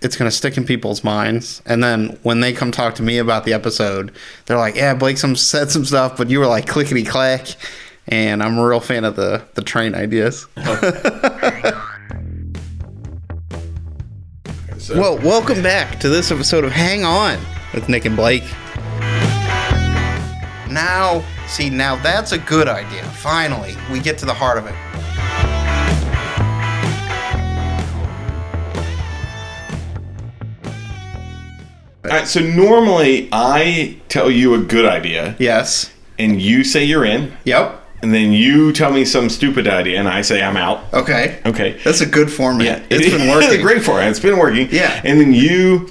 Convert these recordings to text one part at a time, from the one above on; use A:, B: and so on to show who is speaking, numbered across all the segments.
A: it's going to stick in people's minds. And then when they come talk to me about the episode, they're like, "Yeah, Blake some said some stuff, but you were like clickety clack." And I'm a real fan of the the train ideas.
B: Oh. So,
A: Well, welcome back to this episode of Hang On with Nick and Blake. Now, see, now that's a good idea. Finally, we get to the heart of it.
B: all right, so normally I tell you a good idea,
A: Yes.
B: and you say you're in,
A: Yep.
B: and then you tell me some stupid idea, and I say I'm out.
A: Okay.
B: Okay.
A: That's a good format.
B: Yeah,
A: it's been working.
B: great for it. It's been working.
A: Yeah.
B: and then you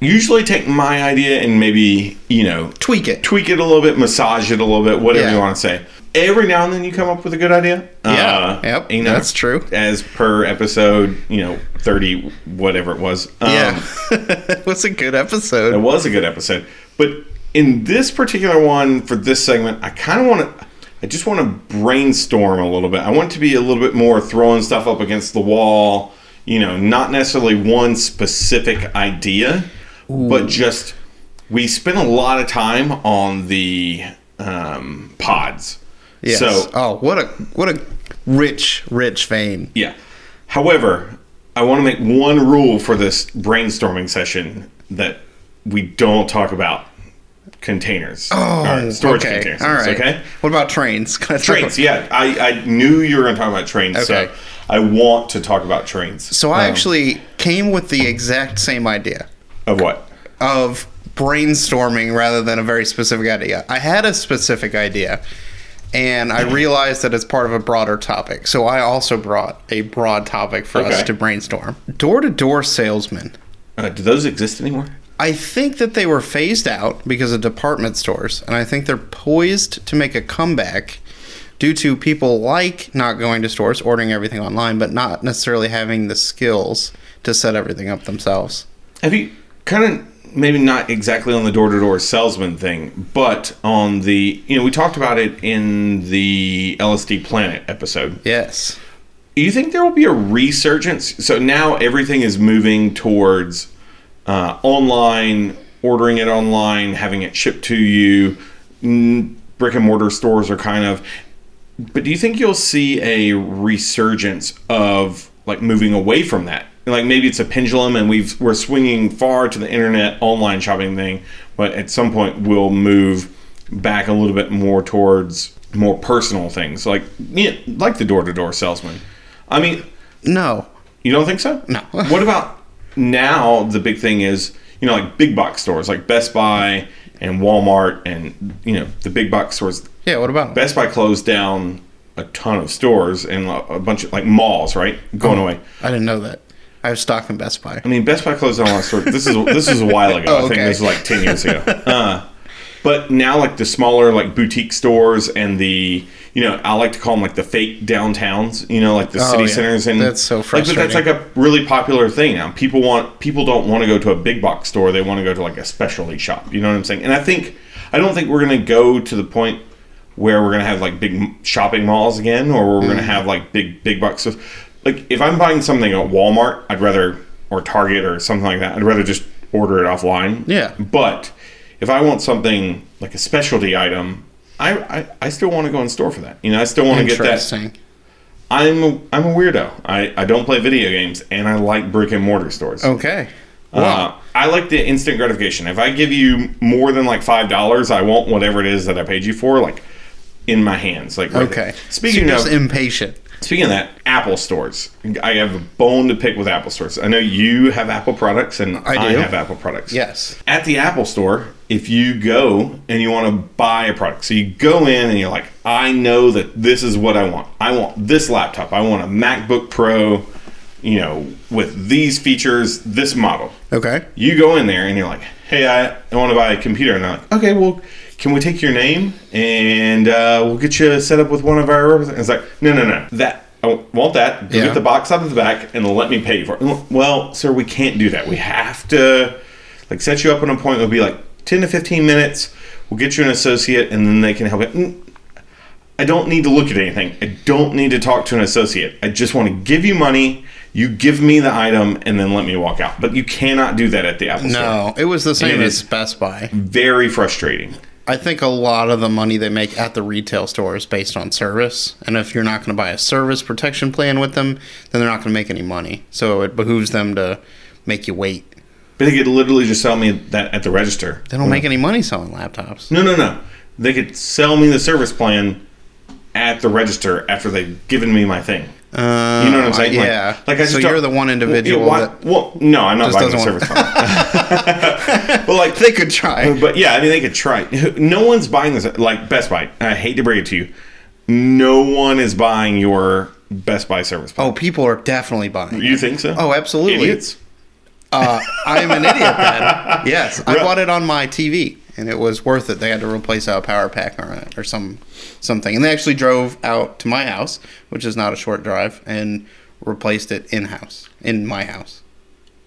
B: usually take my idea and maybe you know tw-
A: Tweak it.
B: tweak it a little bit, massage it a little bit, whatever
A: Yeah.
B: you want to say. Every now and then you come up with a good idea. Uh,
A: Yeah. Yep.
B: you know,
A: That's true.
B: As per episode, you know, thirty, whatever it was. Um,
A: yeah. it was a good
B: It
A: episode.
B: was a good episode. But in this particular one for this segment, I kind of want to. I just want to brainstorm a little bit. I want it to be a little bit more throwing stuff up against the wall. You know, not necessarily one specific idea, but just we spent a lot of time on the um, pods.
A: Yes.
B: So
A: oh, what a what a rich, rich vein.
B: yeah. However, I want to make one rule for this brainstorming session that we don't talk about containers.
A: Oh,
B: Or storage
A: okay.
B: containers.
A: All right.
B: Okay.
A: What about trains? Can I talk
B: Trains.
A: about-
B: Yeah, I, I knew you were going to talk about trains,
A: Okay.
B: so I want to talk about trains.
A: So I
B: Um,
A: actually came with the exact same idea.
B: of what?
A: of brainstorming rather than a very specific idea. I had a specific idea and I realized that it's part of a broader topic. So I also brought a broad topic for us
B: Okay.
A: to brainstorm. Door to door salesmen.
B: Uh, do those exist anymore?
A: I think that they were phased out because of department stores, and I think they're poised to make a comeback due to people like not going to stores, ordering everything online, but not necessarily having the skills to set everything up themselves.
B: Have you kind of maybe not exactly on the door to door salesman thing, but on the you know we talked about it in the LSD Planet episode.
A: Yes.
B: Do you think there will be a resurgence? So now everything is moving towards uh, online, ordering it online, having it shipped to you. Mm, Brick and mortar stores are kind of. But do you think you'll see a resurgence of like moving away from that? Like maybe it's a pendulum, and we've we're swinging far to the internet online shopping thing, but at some point we'll move back a little bit more towards more personal things, like yeah, like the door to door salesman. I mean,
A: No.
B: you don't think so?
A: No.
B: what about now? The big thing is, you know, like big box stores, like Best Buy and Walmart, and you know, the big box stores.
A: Yeah, what about?
B: Best Buy closed down a ton of stores and a a bunch of like malls, right?
A: Uh-huh.
B: Going away.
A: I didn't know that. I have stock in Best Buy.
B: I mean, Best Buy closed down a lot of stores. This is this is a while ago.
A: Oh,
B: I think
A: okay.
B: this is like ten years ago. Uh, but now, like the smaller like boutique stores and the you know I like to call them like the fake downtowns. You know, like the
A: Oh,
B: city
A: yeah.
B: centers and
A: That's so
B: like, but that's like
A: frustrating.
B: a really popular thing now. People want people don't want to go to a big box store. They want to go to like a specialty shop. You know what I'm saying? And I think I don't think we're gonna go to the point where we're gonna have like big m- shopping malls again, or we're
A: Mm.
B: gonna have like big big box stores. Like if I'm buying something at Walmart, I'd rather or Target or something like that. I'd rather just order it offline.
A: Yeah.
B: But if I want something like a specialty item, I I, I still want to go in store for that. You know, I still want to get that
A: Interesting.
B: I'm a, I'm a weirdo. I, I don't play video games, and I like brick and mortar stores.
A: Okay. Oh, Wow.
B: Uh, I like the instant gratification. If I give you more than like five dollars, I want whatever it is that I paid you for, like in my hands. Like right
A: okay.
B: there. Speaking
A: so you're
B: of
A: just impatient.
B: speaking of that, Apple stores. I have a bone to pick with Apple stores. I know you have Apple products, and I,
A: do.
B: have Apple products.
A: Yes.
B: At the Apple store, if you go and you want to buy a product, so you go in and you're like, I know that this is what I want. I want this laptop. I want a MacBook Pro, you know, with these features, this model.
A: Okay.
B: You go in there and you're like, hey, I, I want to buy a computer. And they're like, okay, well, can we take your name and uh, we'll get you set up with one of our representatives? It's like, no, no, no. That. I want that. Go
A: Yeah.
B: Get the box out of the back and let me pay you for it. Well, sir, we can't do that. We have to like set you up an appointment. It'll be like 10 to 15 minutes. We'll get you an associate and then they can help you. Mm, I don't need to look at anything. I don't need to talk to an associate. I just want to give you money You give me the item and then let me walk out. But you cannot do that at the Apple Store.
A: No, it was the same
B: It
A: as
B: is-
A: Best Buy.
B: Very frustrating.
A: I think a lot of the money they make at the retail store is based on service. And if you're not going to buy a service protection plan with them, then they're not going to make any money. So it behooves them to make you wait.
B: But they could literally just sell me that at the register.
A: They don't make any money selling laptops.
B: Hmm. No, no, no. They could sell me the service plan at the register after they've given me my thing.
A: Uh,
B: You know what I'm saying? Like-
A: yeah.
B: Like, I
A: so
B: just
A: you're the
B: don't-
A: one individual
B: Well, yeah, why-
A: that
B: well, no, I'm not
A: just
B: buying the
A: doesn't
B: service plan. but like,
A: they could try.
B: but yeah, I mean, they could try. No one's buying this. Like Best Buy. I hate to bring it to you. No one is buying your Best Buy service plan.
A: Oh, people are definitely buying.
B: You think so?
A: Oh, absolutely.
B: Idiots.
A: Uh, I'm an idiot then. Yes, I bought it on my TV, and it was worth it. They had to replace out a power pack on it or some something, and they actually drove out to my house, which is not a short drive, and replaced it in house in my house.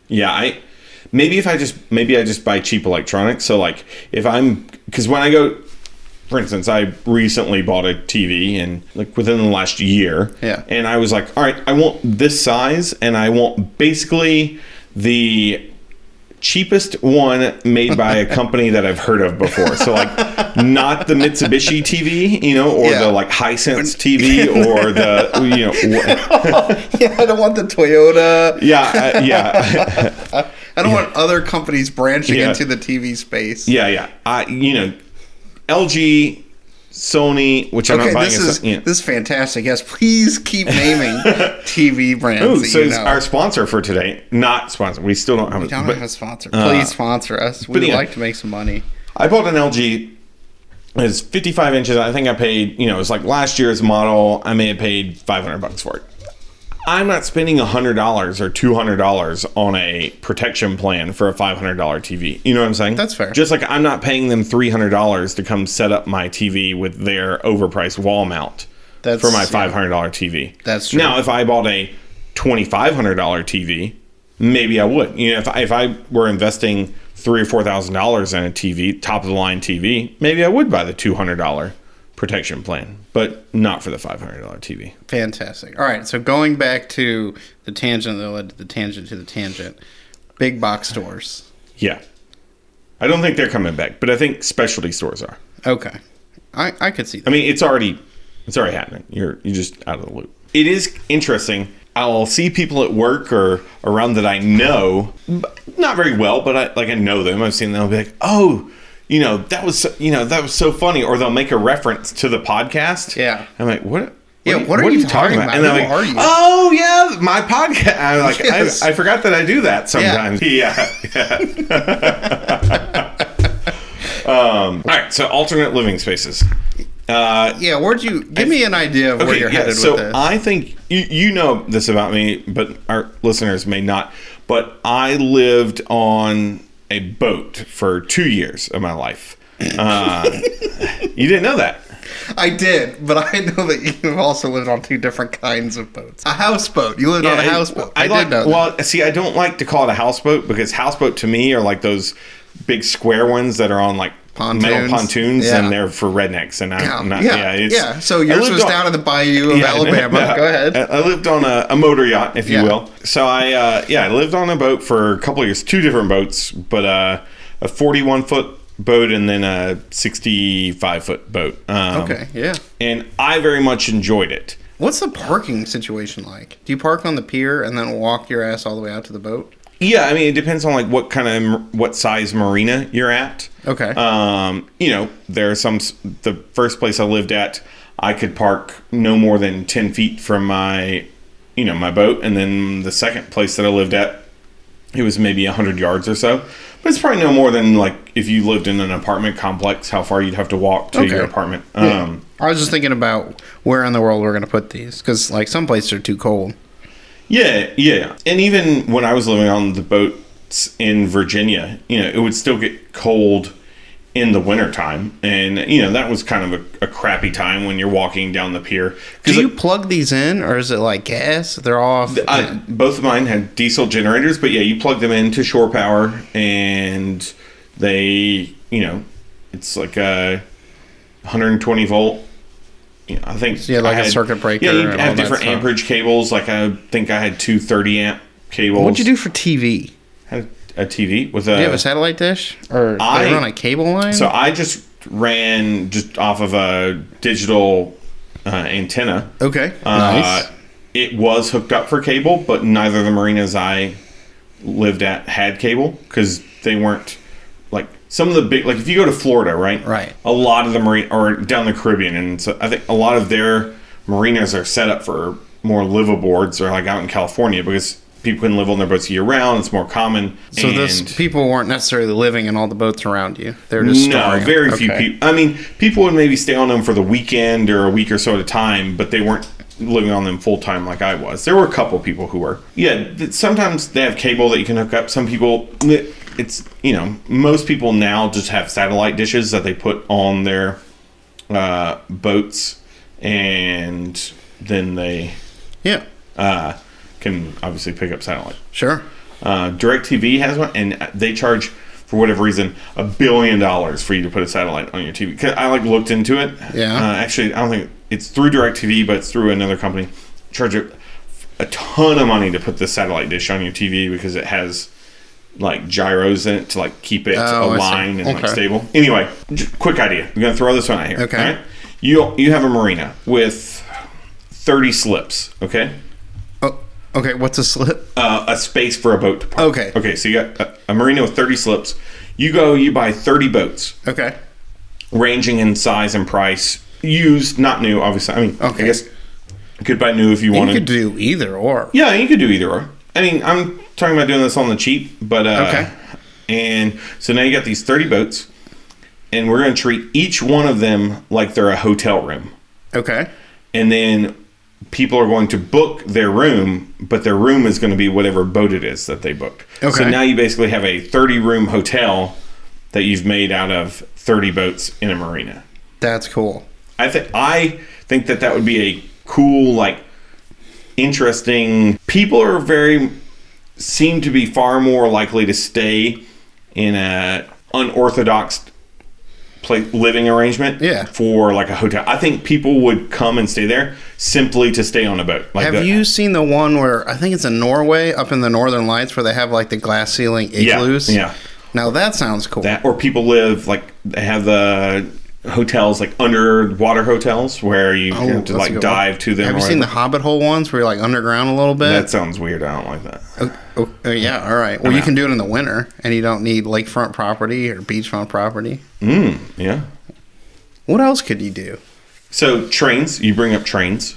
B: Yeah, I maybe if I just maybe I just buy cheap electronics. So like if I'm because when I go, for instance, I recently bought a TV and like within the last year.
A: Yeah.
B: And I was like, all right, I want this size and I want basically the cheapest one made by a company that I've heard of before. So like not the Mitsubishi TV, you know, or
A: Yeah.
B: the like Hisense TV or the you know wha-
A: yeah, I don't want the Toyota.
B: yeah, uh, yeah.
A: I don't want other companies branching
B: Yeah.
A: into the TV space.
B: Yeah, yeah. I, you know, LG, Sony, which I'm
A: Okay,
B: not buying.
A: this
B: a
A: is
B: Sony- yeah.
A: this is fantastic. Yes, please keep naming TV brands.
B: Ooh,
A: that
B: so
A: you
B: it's
A: know.
B: our sponsor for today. Not sponsor. We still don't have it.
A: don't
B: but
A: have a sponsor. Please sponsor us. We'd
B: yeah.
A: like to make some money.
B: I bought an LG. It's 55 inches. I think I paid. You know, it's like last year's model. I may have paid 500 bucks for it. I'm not spending $100 or $200 on a protection plan for a $500 TV. You know what I'm saying?
A: That's fair.
B: Just like I'm not paying them $300 to come set up my TV with their overpriced wall mount
A: That's-
B: for my
A: yeah.
B: $500 TV.
A: That's true.
B: Now, if I bought a $2,500 TV, maybe I would. You know, if I, if I were investing three or $4,000 in a TV, top of the line TV, maybe I would buy the $200 protection plan, but not for the $500 TV.
A: Fantastic. All right, so going back to the tangent that led to the tangent to the tangent, big box stores.
B: Yeah. I don't think they're coming back, but I think specialty stores are.
A: Okay, I, I could see
B: I
A: that.
B: mean, it's already it's already happening. You're you're just out of the loop. It is interesting. I'll see people at work or around that I know, but not very well, but I like I know them. I've seen them. I'll be like, oh, you know that was so, you know that was so funny, or they'll make a reference to the podcast.
A: Yeah.
B: I'm like, what?
A: Yeah,
B: are you-
A: what are you talking about?
B: And then I'm
A: Who
B: like,
A: are you?
B: oh yeah, my podcast. I'm like,
A: Yes.
B: I, I forgot that I do that sometimes. yeah. Um, All right, so alternate living spaces. Uh,
A: Yeah, where'd you give me an idea of where
B: okay,
A: you're
B: yeah,
A: headed
B: so
A: with this?
B: I think you, you know this about me, but our listeners may not. But I lived on a boat for two years of my life. Uh, you didn't know that.
A: I did, but I know that you've also lived on two different kinds of boats. A houseboat. You lived on a
B: Yeah,
A: houseboat. I,
B: I,
A: did
B: like,
A: know. that.
B: Well, see, I don't like to call it a houseboat because houseboat to me are like those big square ones that are on like
A: Pontoons.
B: metal pontoons,
A: Yeah.
B: and they're for rednecks. And I'm
A: yeah,
B: not.
A: yeah,
B: Yeah.
A: yeah,
B: it's-
A: So
B: I
A: yours
B: lived
A: was
B: on-
A: down in the bayou of
B: Yeah,
A: Alabama.
B: yeah. Um,
A: Go ahead.
B: I I lived on a, a motor yacht, if
A: Yeah.
B: you will. So I, uh, yeah, I lived on a boat for a couple of years, two different boats, but uh, a 41 foot boat and then a 65 foot boat. Um,
A: Okay, yeah.
B: And I very much enjoyed it.
A: What's the parking situation like? Do you park on the pier and then walk your ass all the way out to the boat?
B: Yeah, I mean, it depends on like what kind of what size marina you're at.
A: Okay.
B: Um, you know, there are some. s- The first place I lived at, I could park no more than ten feet from my, you know, my boat, and then the second place that I lived at, it was maybe hundred yards or so. But it's probably no more than like if you lived in an apartment complex, how far you'd have to walk to
A: Okay.
B: your apartment. Um,
A: I was just thinking about where in the world we're going to put these because, like, some places are too cold.
B: Yeah, yeah. And even when I was living on the boats in Virginia, you know, it would still get cold in the wintertime. And, you know, that was kind of a, a crappy time when you're walking down the pier.
A: Do
B: Because
A: you plug these in, or is it like gas? They're off.
B: both of mine had diesel generators, but yeah, you plug them into shore power and they, you know, it's like a 120 volt you know, I think
A: Yeah, like
B: I
A: a circuit breaker
B: Yeah, you
A: and all
B: have
A: that
B: different
A: stuff.
B: amperage cables. Like I think I had two 30 amp cables.
A: What'd you do for TV?
B: Had a TV with
A: Do you have a
B: a.
A: satellite dish, or
B: I-
A: they run a cable line?
B: So I just ran just off of a digital uh, antenna.
A: okay,
B: Uh, it was hooked up for cable, but neither of the marinas I lived at had cable because they weren't like some of the big like if you go to Florida, right?
A: Right.
B: A lot of the marine or down the Caribbean, and so I think a lot of their marinas are set up for more liveaboards or like out in California because people can live on their boats year round. It's more common.
A: So this
B: and-
A: people weren't necessarily living in all the boats around you. They're just
B: no,
A: storing 'em.
B: very few
A: Okay.
B: people. I mean, people would maybe stay on them for the weekend or a week or so at a time, but they weren't living on them full time like I was. There were a couple people who were. Yeah, th- sometimes they have cable that you can hook up. Some people, it's you know, most people now just have satellite dishes that they put on their uh, boats, and then they
A: Yeah,
B: uh, can obviously pick up satellite.
A: sure.
B: Uh, DirecTV has one, and they charge for whatever reason a billion dollars for you to put a satellite on your TV. 'Cause I like looked into it.
A: Yeah.
B: Uh, actually, I don't think it's through DirecTV, but it's through another company. Charge a, a ton of money to put the satellite dish on your TV because it has like gyros in it to like keep it
A: Oh, I see.
B: aligned and like
A: Okay.
B: stable. Anyway, j- quick idea. I'm gonna throw this one out here.
A: Okay.
B: alright? You you have a marina with 30 slips. Okay.
A: Oh, okay. What's a slip?
B: Uh, a space for a boat to park.
A: Okay.
B: Okay, so you got a, a marina with 30 slips. You go, you buy 30 boats,
A: Okay.
B: ranging in size and price. Used, not new, obviously. I mean,
A: Okay.
B: I guess you could buy new if you
A: You
B: wanted.
A: could do either or.
B: yeah, you could do either or. I mean, I'm talking about doing this on the cheap, but. Uh,
A: Okay.
B: And so now you got these 30 boats, and we're going to treat each one of them like they're a hotel room
A: Okay.
B: and then people are going to book their room, but their room is going to be whatever boat it is that they booked. So
A: Okay.
B: now you basically have a 30 room hotel that you've made out of 30 boats in a marina.
A: That's cool.
B: I think I think that that would be a cool like interesting people are very seem to be far more likely to stay in a unorthodox play, living arrangement
A: Yeah.
B: for like a hotel. I think people would come and stay there simply to stay on a boat. Like
A: Have
B: the-
A: you seen the one where I think it's in Norway, up in the Northern Lights, where they have like the glass ceiling igloos?
B: yeah.
A: Now that sounds cool.
B: that or people live like they have the hotels like underwater hotels where you
A: Oh,
B: have
A: that's
B: to
A: a
B: like
A: good
B: dive
A: one.
B: to them.
A: Have
B: or
A: you seen the
B: whatever.
A: Hobbit hole ones where you're like underground a little
B: That
A: bit?
B: sounds weird. I don't like that.
A: Oh, oh, yeah, all right. Well,
B: I'm
A: you
B: out.
A: can do it in the winter, and you don't need lakefront property or beachfront property.
B: Mm, yeah.
A: What else could you do?
B: So trains, you bring up trains,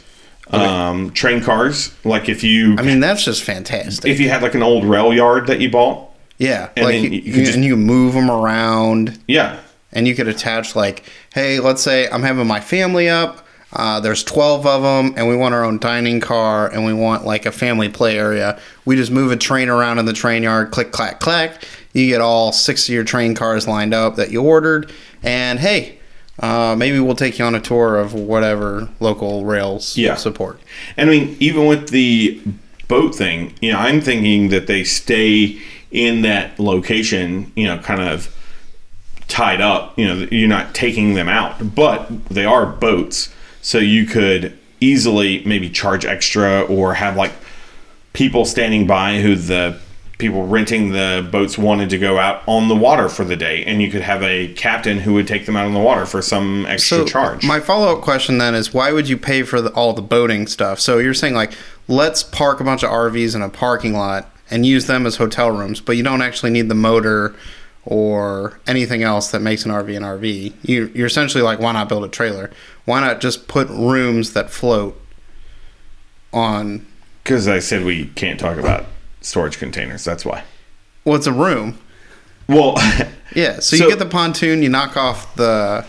B: um, train cars. Like if you
A: I mean, that's just fantastic.
B: if you had like an old rail yard that you bought,
A: Yeah,
B: And
A: like
B: then
A: you,
B: you could
A: you-
B: just-
A: and you can move them around,
B: yeah,
A: and you could attach like, hey, let's say I'm having my family up. Uh, there's 12 of them, and we want our own dining car, and we want like a family play area. We just move a train around in the train yard, click, clack, clack. You get all six of your train cars lined up that you ordered, and hey, uh, maybe we'll take you on a tour of whatever local rails
B: Yeah.
A: support.
B: and I mean even with the boat thing, you know, I'm thinking that they stay in that location, you know, kind of tied up. You know, you're not taking them out, but they are boats, so you could easily maybe charge extra or have like people standing by who the people renting the boats wanted to go out on the water for the day, and you could have a captain who would take them out on the water for some extra charge.
A: My follow up question then is why would you pay for the, all the boating stuff? So you're saying, like, let's park a bunch of RVs in a parking lot and use them as hotel rooms, but you don't actually need the motor or anything else that makes an RV an RV. You, you're essentially like, why not build a trailer? Why not just put rooms that float on.
B: Because I said we can't talk about storage containers. That's why.
A: Well, it's a room.
B: Well,
A: Yeah. So,
B: So-
A: you get the pontoon, you knock off the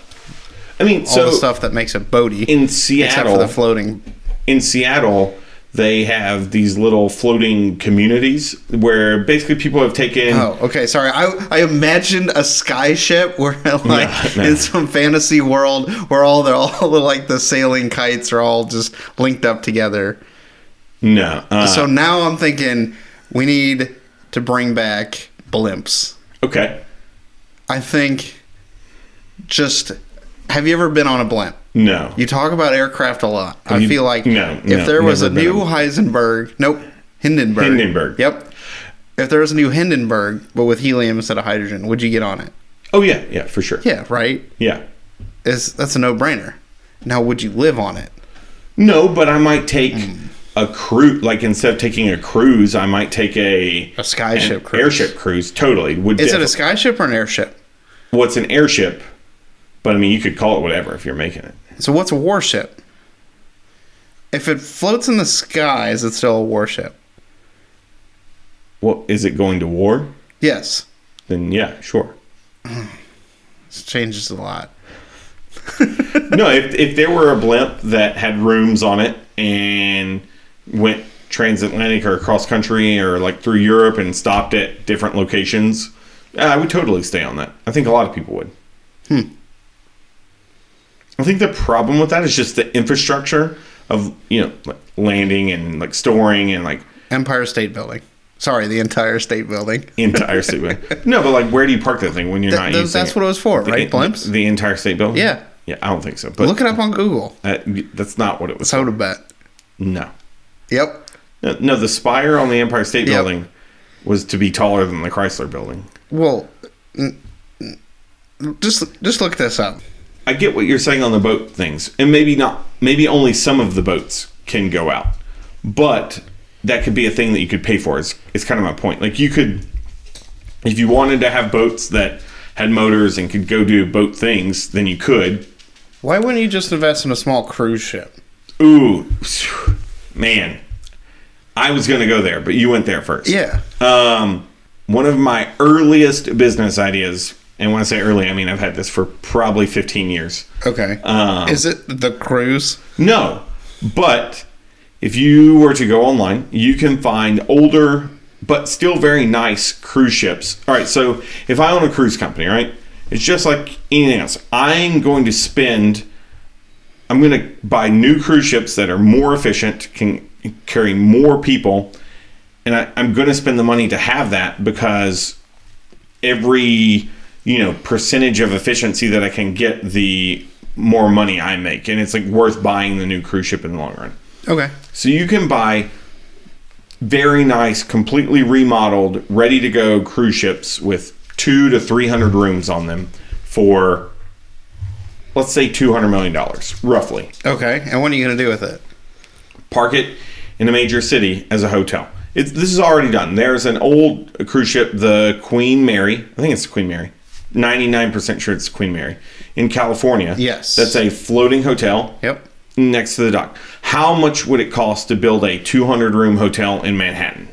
B: I mean,
A: all
B: so
A: the stuff that makes a boaty.
B: in
A: Except for
B: Seattle,
A: the floating
B: in Seattle, they have these little floating communities where basically people have taken.
A: Oh, okay. Sorry. I I imagined a sky ship where like
B: no.
A: in some fantasy world where all the all the like the sailing kites are all just linked up together.
B: No, uh,
A: so now I'm thinking we need to bring back blimps.
B: okay.
A: I think just Have you ever been on a blimp?
B: No.
A: You talk about aircraft a lot. I
B: You-
A: feel like
B: no,
A: if
B: no,
A: there was a
B: never been
A: new
B: on-
A: Heisenberg, nope, Hindenburg.
B: Hindenburg.
A: Yep. If there was a new Hindenburg, but with helium instead of hydrogen, would you get on it?
B: Oh yeah, yeah, for sure.
A: Yeah, right.
B: Yeah.
A: Is that's a no-brainer. Now, would you live on it?
B: No, but I might take
A: Mm.
B: a cruise. Like instead of taking a cruise, I might take a
A: A skyship
B: an
A: cruise.
B: airship cruise. Totally would.
A: Is it
B: defi-
A: a skyship or an airship?
B: well, it's an airship, but I mean, you could call it whatever if you're making it.
A: So what's a warship? If it floats in the sky, is it still a warship?
B: Well, is it going to war?
A: Yes.
B: Then yeah, sure.
A: It changes a lot.
B: no, if if there were a blimp that had rooms on it and went transatlantic or cross country or like through Europe and stopped at different locations, uh, I would totally stay on that. I think a lot of people would. Hmm. I think the problem with that is just the infrastructure of you know like landing and like storing and like
A: Empire State Building. Sorry, the entire state building.
B: entire state building. No, but like where do you park that thing when you're
A: Th-
B: not
A: th-
B: using
A: that's
B: it?
A: what it was for, right?
B: The-
A: Blimps?
B: The entire state building.
A: Yeah.
B: Yeah, I don't think so. But
A: Look it up on Google.
B: uh, that's not what it was.
A: Soda bet.
B: No.
A: Yep.
B: No, no, the spire on the Empire State
A: Yep.
B: Building was to be taller than the Chrysler Building.
A: Well, n- n- just just look this up.
B: I get what you're saying on the boat things, and maybe not, maybe only some of the boats can go out, but that could be a thing that you could pay for. Is is kind of my point. Like you could, if you wanted to have boats that had motors and could go do boat things, then you could.
A: Why wouldn't you just invest in a small cruise ship?
B: Ooh, man, I was gonna go there, but you went there first.
A: Yeah.
B: Um, one of my earliest business ideas, and when I say early, I mean I've had this for probably 15 years.
A: Okay.
B: Um,
A: Is it the cruise?
B: No, but if you were to go online, you can find older but still very nice cruise ships. All right, so if I own a cruise company, right, it's just like anything else. I'm going to spend. I'm going to buy new cruise ships that are more efficient, can carry more people, and I, I'm going to spend the money to have that because every you know percentage of efficiency that I can get, the more money I make, and it's like worth buying the new cruise ship in the long run.
A: Okay.
B: So you can buy very nice, completely remodeled, ready to go cruise ships with two to three hundred rooms on them for let's say two hundred million dollars, roughly.
A: Okay. And what are you going to do with it?
B: Park it in a major city as a hotel. It's, this is already done. There's an old cruise ship, the Queen Mary. I think it's the Queen Mary. 99% sure it's the Queen Mary in California.
A: Yes.
B: That's a floating hotel
A: Yep.
B: next to the dock. How much would it cost to build a 200 room hotel in Manhattan?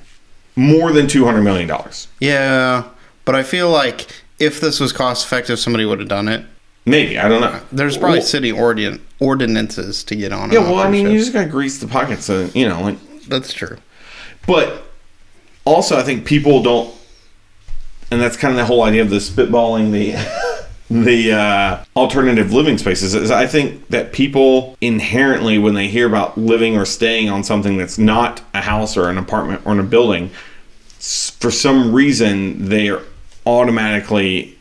B: More than 200 million dollars.
A: Yeah. But I feel like if this was cost effective, somebody would have done it.
B: Maybe, I don't know.
A: There's probably
B: Well,
A: city ordin- ordinances to get on.
B: Yeah,
A: and off
B: well, I
A: cruise
B: mean, you
A: ships.
B: just got to grease the pockets of, you know, like
A: that's true.
B: But also, I think people don't, and that's kind of the whole idea of the spitballing the the uh, alternative living spaces. Is I think that people inherently, when they hear about living or staying on something that's not a house or an apartment or in a building, s- for some reason they are automatically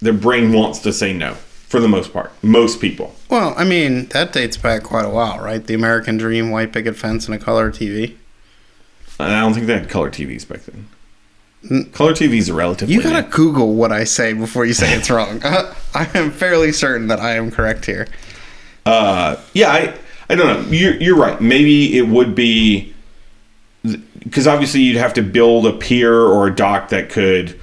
B: their brain wants to say no. For the most part, most people.
A: Well, I mean, that dates back quite a while, right? The American Dream, white picket fence, and a color TV.
B: And I don't think they had color TVs back then. Color TVs are relatively.
A: Hmm. You gotta
B: new.
A: Google what I say before you say it's wrong. Uh, I am fairly certain that I am correct here.
B: uh, yeah, I, I don't know. You're, you're right. Maybe it would be because obviously you'd have to build a pier or a dock that could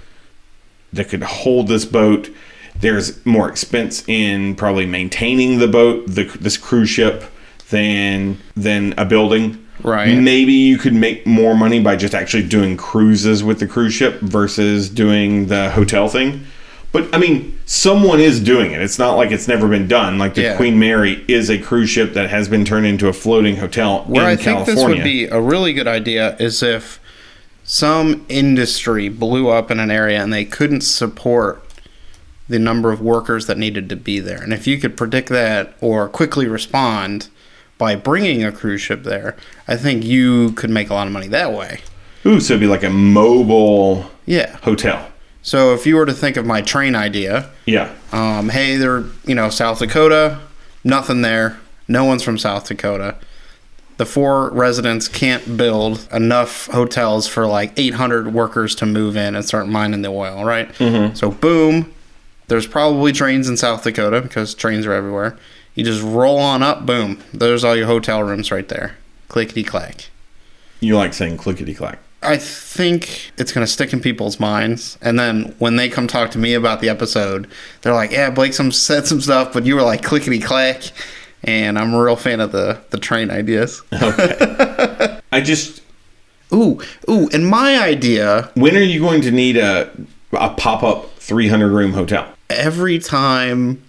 B: that could hold this boat. There's more expense in probably maintaining the boat, the, this cruise ship, than than a building.
A: Right.
B: Maybe you could make more money by just actually doing cruises with the cruise ship versus doing the hotel thing. But I mean, someone is doing it. It's not like it's never been done. Like the
A: Yeah.
B: Queen Mary is a cruise ship that has been turned into a floating hotel
A: Where
B: in
A: I think
B: California.
A: this would be a really good idea is if some industry blew up in an area and they couldn't support the number of workers that needed to be there. And if you could predict that or quickly respond by bringing a cruise ship there, I think you could make a lot of money that way.
B: Ooh, so it'd be like a mobile
A: Yeah.
B: hotel.
A: So if you were to think of my train idea,
B: Yeah.
A: um, hey, they're you know South Dakota, nothing there. No one's from South Dakota. The four residents can't build enough hotels for like 800 workers to move in and start mining the oil, right? So boom, there's probably trains in South Dakota because trains are everywhere. You just roll on up, boom. There's all your hotel rooms right there. Clickety clack.
B: You like saying clickety clack.
A: I think it's going to stick in people's minds. And then when they come talk to me about the episode, they're like, yeah, Blake some said some stuff, but you were like clickety clack. And I'm a real fan of the, the train ideas.
B: I just
A: Ooh, ooh. And my idea
B: when are you going to need a a pop up three hundred room hotel?
A: every time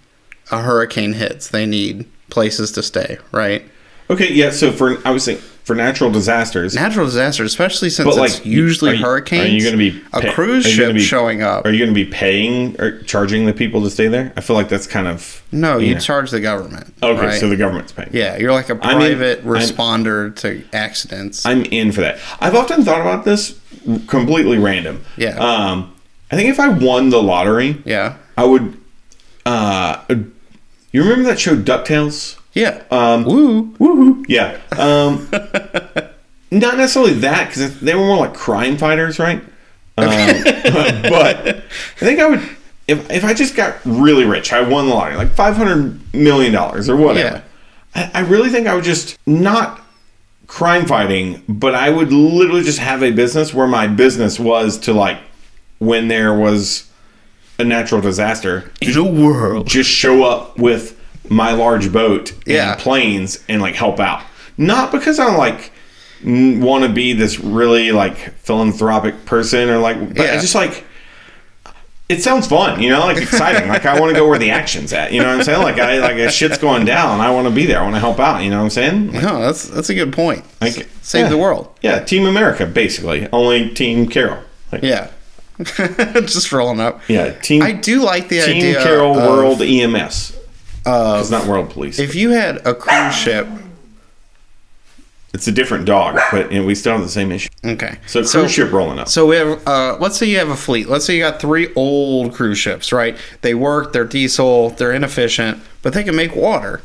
A: a hurricane hits, they need places to stay, right?
B: Okay, yeah. So for I was saying for natural disasters,
A: Natural disaster, especially since
B: but like
A: it's usually
B: are you-
A: hurricanes.
B: Are you going to be
A: a
B: pay-
A: cruise
B: are you gonna
A: ship
B: be-
A: showing up?
B: Are you going to be paying or charging the people to stay there? I feel like that's kind of
A: no, you
B: yeah.
A: charge the government.
B: okay.
A: right?
B: So the government's paying.
A: Yeah, you're like a
B: I'm in-
A: private
B: I'm-
A: responder to accidents.
B: I'm in for that. I've often thought about this completely random.
A: Yeah.
B: Um, I think if I won the lottery,
A: yeah.
B: I would. Uh, you remember that show Ducktales?
A: Yeah. Um, Woo.
B: Woohoo! Yeah. Um, not necessarily that because they were more like crime fighters, right? Um, but I think I would if if I just got really rich, I won the lottery, like five hundred million dollars or whatever. I, I really think I would just not crime fighting, but I would literally just have a business where my business was to like when there was a natural disaster,
A: In the world.
B: just show up with my large boat and
A: Yeah.
B: planes and like help out. Not because I like want to be this really like philanthropic person or like, but I
A: Yeah.
B: just like. It sounds fun, you know, like exciting. like I want to go where the action's at. You know what I'm saying? Like I like if shit's going down. I want to be there. I want to help out. You know what I'm saying? Like,
A: No, that's that's a good point.
B: Like,
A: Save
B: yeah.
A: the world.
B: yeah, Team America basically. Only Team Carol. Like,
A: Yeah. Just rolling up.
B: yeah, Team
A: I do like the
B: Team
A: idea.
B: Carol
A: of
B: World E EMS. it's not World Police.
A: If you had a cruise ship,
B: It's a different dog, but you know, we still have the same issue.
A: okay.
B: So cruise ship rolling up.
A: So we have. Uh, let's say you have a fleet. Let's say you got three old cruise ships. Right? They work. They're diesel. They're inefficient, but they can make water.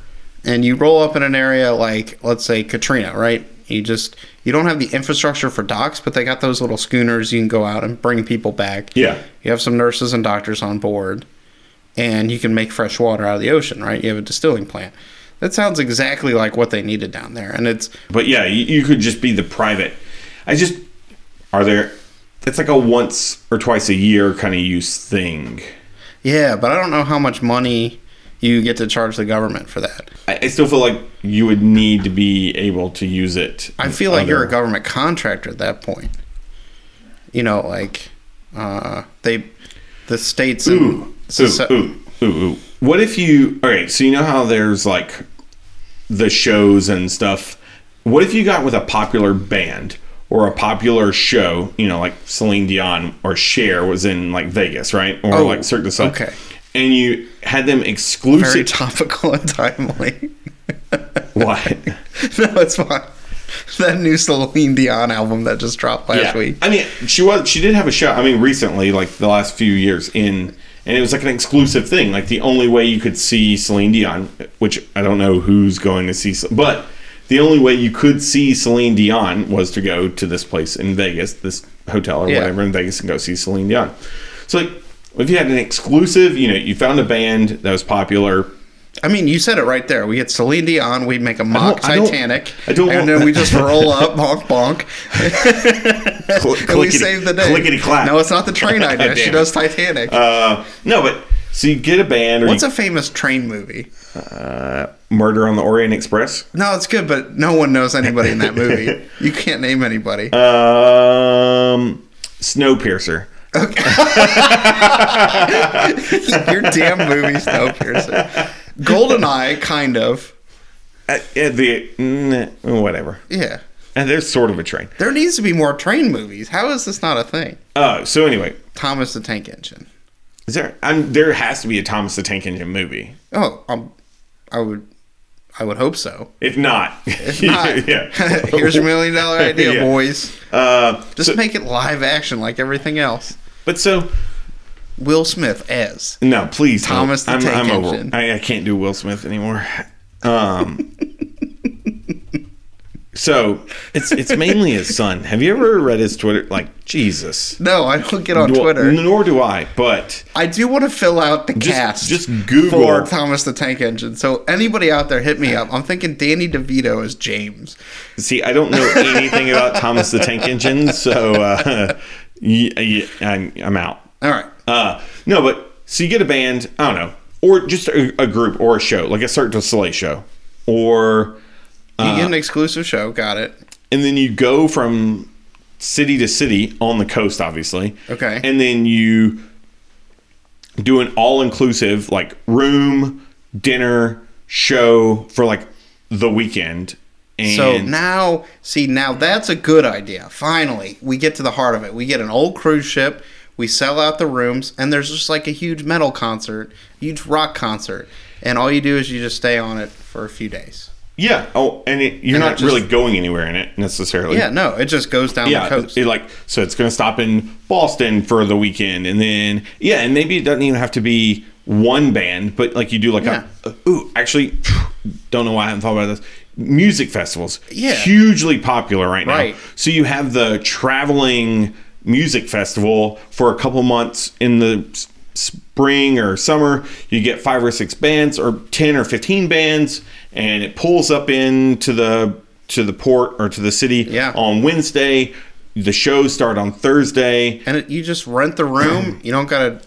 A: And you roll up in an area like, let's say Katrina. Right? You just you don't have the infrastructure for docks, but they got those little schooners. You can go out and bring people back.
B: Yeah.
A: You have some nurses and doctors on board, and you can make fresh water out of the ocean. Right? You have a distilling plant. That sounds exactly like what they needed down there, and it's
B: But yeah, you, you could just be the private. I just are there. It's like a once or twice a year kind of use thing.
A: yeah. But I don't know how much money you get to charge the government for that.
B: I, I still feel like you would need to be able to use it.
A: I
B: with
A: feel like you're a
B: Mm, other-
A: government contractor at that point. You know, like uh, they, the states and
B: Ooh,
A: so-
B: ooh, ooh, ooh, ooh. What if you? All right, so you know how there's like the shows and stuff. What if you got with a popular band or a popular show? You know, like Celine Dion or Cher was in like Vegas, right? Or
A: Oh,
B: like Cirque du Soleil.
A: okay.
B: And you had them
A: very
B: exclusive.
A: topical and timely.
B: what?
A: no, it's fine. That new Celine Dion album that just dropped last
B: yeah.
A: week.
B: I mean, she was. She did have a show. I mean, recently, like the last few years in. And it was like an exclusive thing. Like the only way you could see Celine Dion, which I don't know who's going to see, Ce- but the only way you could see Celine Dion was to go to this place in Vegas, this hotel or
A: Yeah.
B: whatever in Vegas, and go see Celine Dion. So, like, if you had an exclusive, you know, you found a band that was popular,
A: I mean, you said it right there. We get Celine Dion, we make a mock
B: I don't-
A: Titanic,
B: I don't
A: and
B: want-
A: then we just roll up, bonk, bonk,
B: cl-
A: and we save the day.
B: clickety clap.
A: No, it's not the train idea.
B: Damn
A: she
B: it.
A: does Titanic.
B: uh, no, but so you get a band or
A: What's
B: you,
A: a famous train movie?
B: Murder on the Orient Express.
A: No, it's good, but no one knows anybody in that movie. you can't name anybody.
B: Um, Snowpiercer.
A: Your damn movie, Snowpiercer. Goldeneye, kind of.
B: Uh, yeah, the mm, whatever.
A: Yeah.
B: And there's sort of a train.
A: There needs to be more train movies. How is this not a thing?
B: Uh, so anyway,
A: Thomas the Tank Engine.
B: is there? I'm, there has to be a Thomas the Tank Engine movie.
A: Oh, um, I would, I would hope so.
B: If not,
A: Not-
B: yeah.
A: Here's your million dollar idea,
B: Yeah.
A: boys.
B: Uh,
A: Just make it live action like everything else.
B: but so
A: Will Smith as.
B: No, please. don't.
A: Thomas the
B: I'm,
A: Tank
B: I'm over.
A: Engine.
B: I, I can't do Will Smith anymore. Um, so it's it's mainly his son. Have you ever read his Twitter? Like Jesus.
A: No, I don't get on
B: Well,
A: Twitter.
B: Nor do I. But
A: I do want to fill out the
B: Just-
A: cast.
B: just Google-
A: for Thomas the Tank Engine. So anybody out there, hit me up. I'm thinking Danny DeVito is James.
B: see, I don't know anything about Thomas the Tank Engine, so uh, y- y- I'm, I'm out.
A: All right.
B: Uh, no, but so you get a band, I don't know, or just a, a group or a show, like a Cirque du Soleil show, or
A: You
B: Uh,
A: get an exclusive show. Got it.
B: and then you go from city to city on the coast, obviously.
A: Okay.
B: And then you do an all inclusive like room, dinner, show for like the weekend. And
A: So now, see, now that's a good idea. Finally, we get to the heart of it. We get an old cruise ship. We sell out the rooms, and there's just like a huge metal concert, huge rock concert, and all you do is you just stay on it for a few days.
B: yeah, oh, and it, you're
A: And it
B: not really
A: just-
B: going anywhere in it necessarily.
A: Yeah, no, it just goes down the
B: yeah,
A: coast.
B: it, like so it's going to stop in Boston for the weekend, and then yeah, and maybe it doesn't even have to be one band, but like you do like a, ooh, actually, don't know why I haven't thought about this. Music festivals,
A: Yeah.
B: hugely popular right now.
A: Right.
B: So you have the traveling music festival for a couple months in the s- spring or summer. You get five or six bands or 10 or 15 bands and it pulls up into the to the port or to the city
A: Yeah.
B: on Wednesday. The shows start on Thursday.
A: and it, you just rent the room. you don't gotta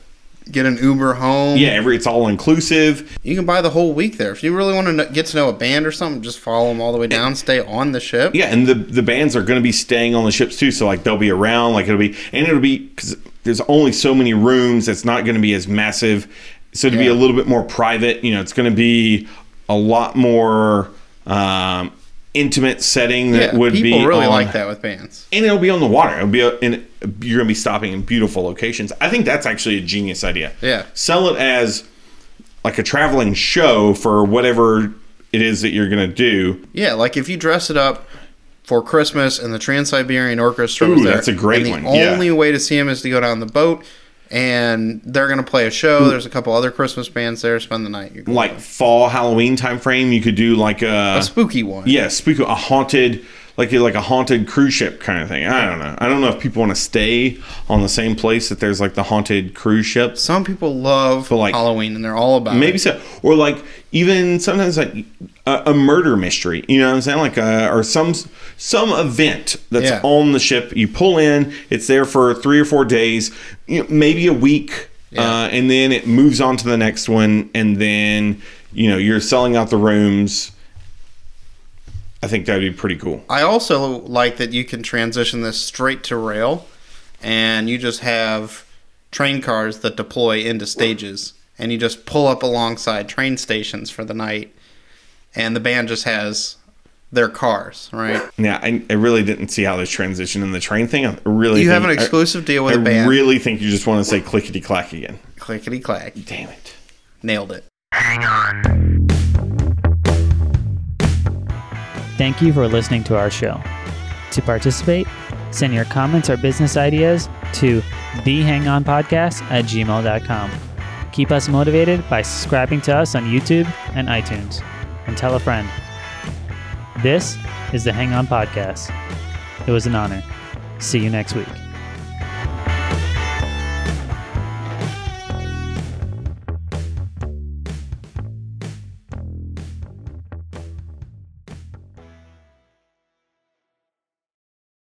A: get an Uber home.
B: Yeah, every, it's all inclusive.
A: you can buy the whole week there. If you really want to kn- get to know a band or something, just follow them all the way down. Stay on the ship.
B: Yeah, and the the bands are going to be staying on the ships too, so like they'll be around. Like it'll be and it'll be because there's only so many rooms. It's not going to be as massive, so to be
A: Yeah.
B: a little bit more private. You know, it's going to be a lot more um, intimate setting that would be.
A: people really
B: on-
A: like that with bands.
B: and it'll be on the water. It'll be a, and you're gonna be stopping in beautiful locations. I think that's actually a genius idea.
A: Yeah.
B: sell it as like a traveling show for whatever it is that you're gonna do.
A: Yeah, like if you dress it up for Christmas and the Trans Siberian Orchestra was
B: Ooh,
A: there,
B: that's a great
A: and the
B: one, yeah.
A: only way to see them is to go down the boat, and they're gonna play a
B: Mm.
A: show. There's a couple other Christmas bands there. Spend the night. You're going
B: Like fall Halloween time frame, you could do like a,
A: a spooky one.
B: yeah, spook a haunted like like a haunted cruise ship kind of thing. I don't know. I don't know if people want to stay on the same place that there's like the haunted cruise ships.
A: Some people love
B: like-
A: Halloween and they're all about
B: Maybe
A: it.
B: so, or like even sometimes like a, a murder mystery. You know what I'm saying? Like uh or some some event that's
A: Yeah.
B: on the ship. You pull in, it's there for three or four days, you know, maybe a week, uh, and then it moves on to the next one, and then you know you're selling out the rooms. I think that'd be pretty cool.
A: I also like that you can transition this straight to rail, and you just have train cars that deploy into stages, and you just pull up alongside train stations for the night, and the band just has their cars, right?
B: Yeah, I, I really didn't see how this transition in the train thing. I really,
A: You have an
B: think- I-
A: exclusive deal with
B: I
A: a band.
B: really think you just want to say clickety clack again.
A: Clickety clack,
B: Damn it.
A: nailed it.
C: Thank you for listening to our show. To participate, send your comments or business ideas to thehangonpodcast at gmail.com. Keep us motivated by subscribing to us on YouTube and iTunes. And tell a friend. This is the Hang On Podcast. It was an honor. See you next week.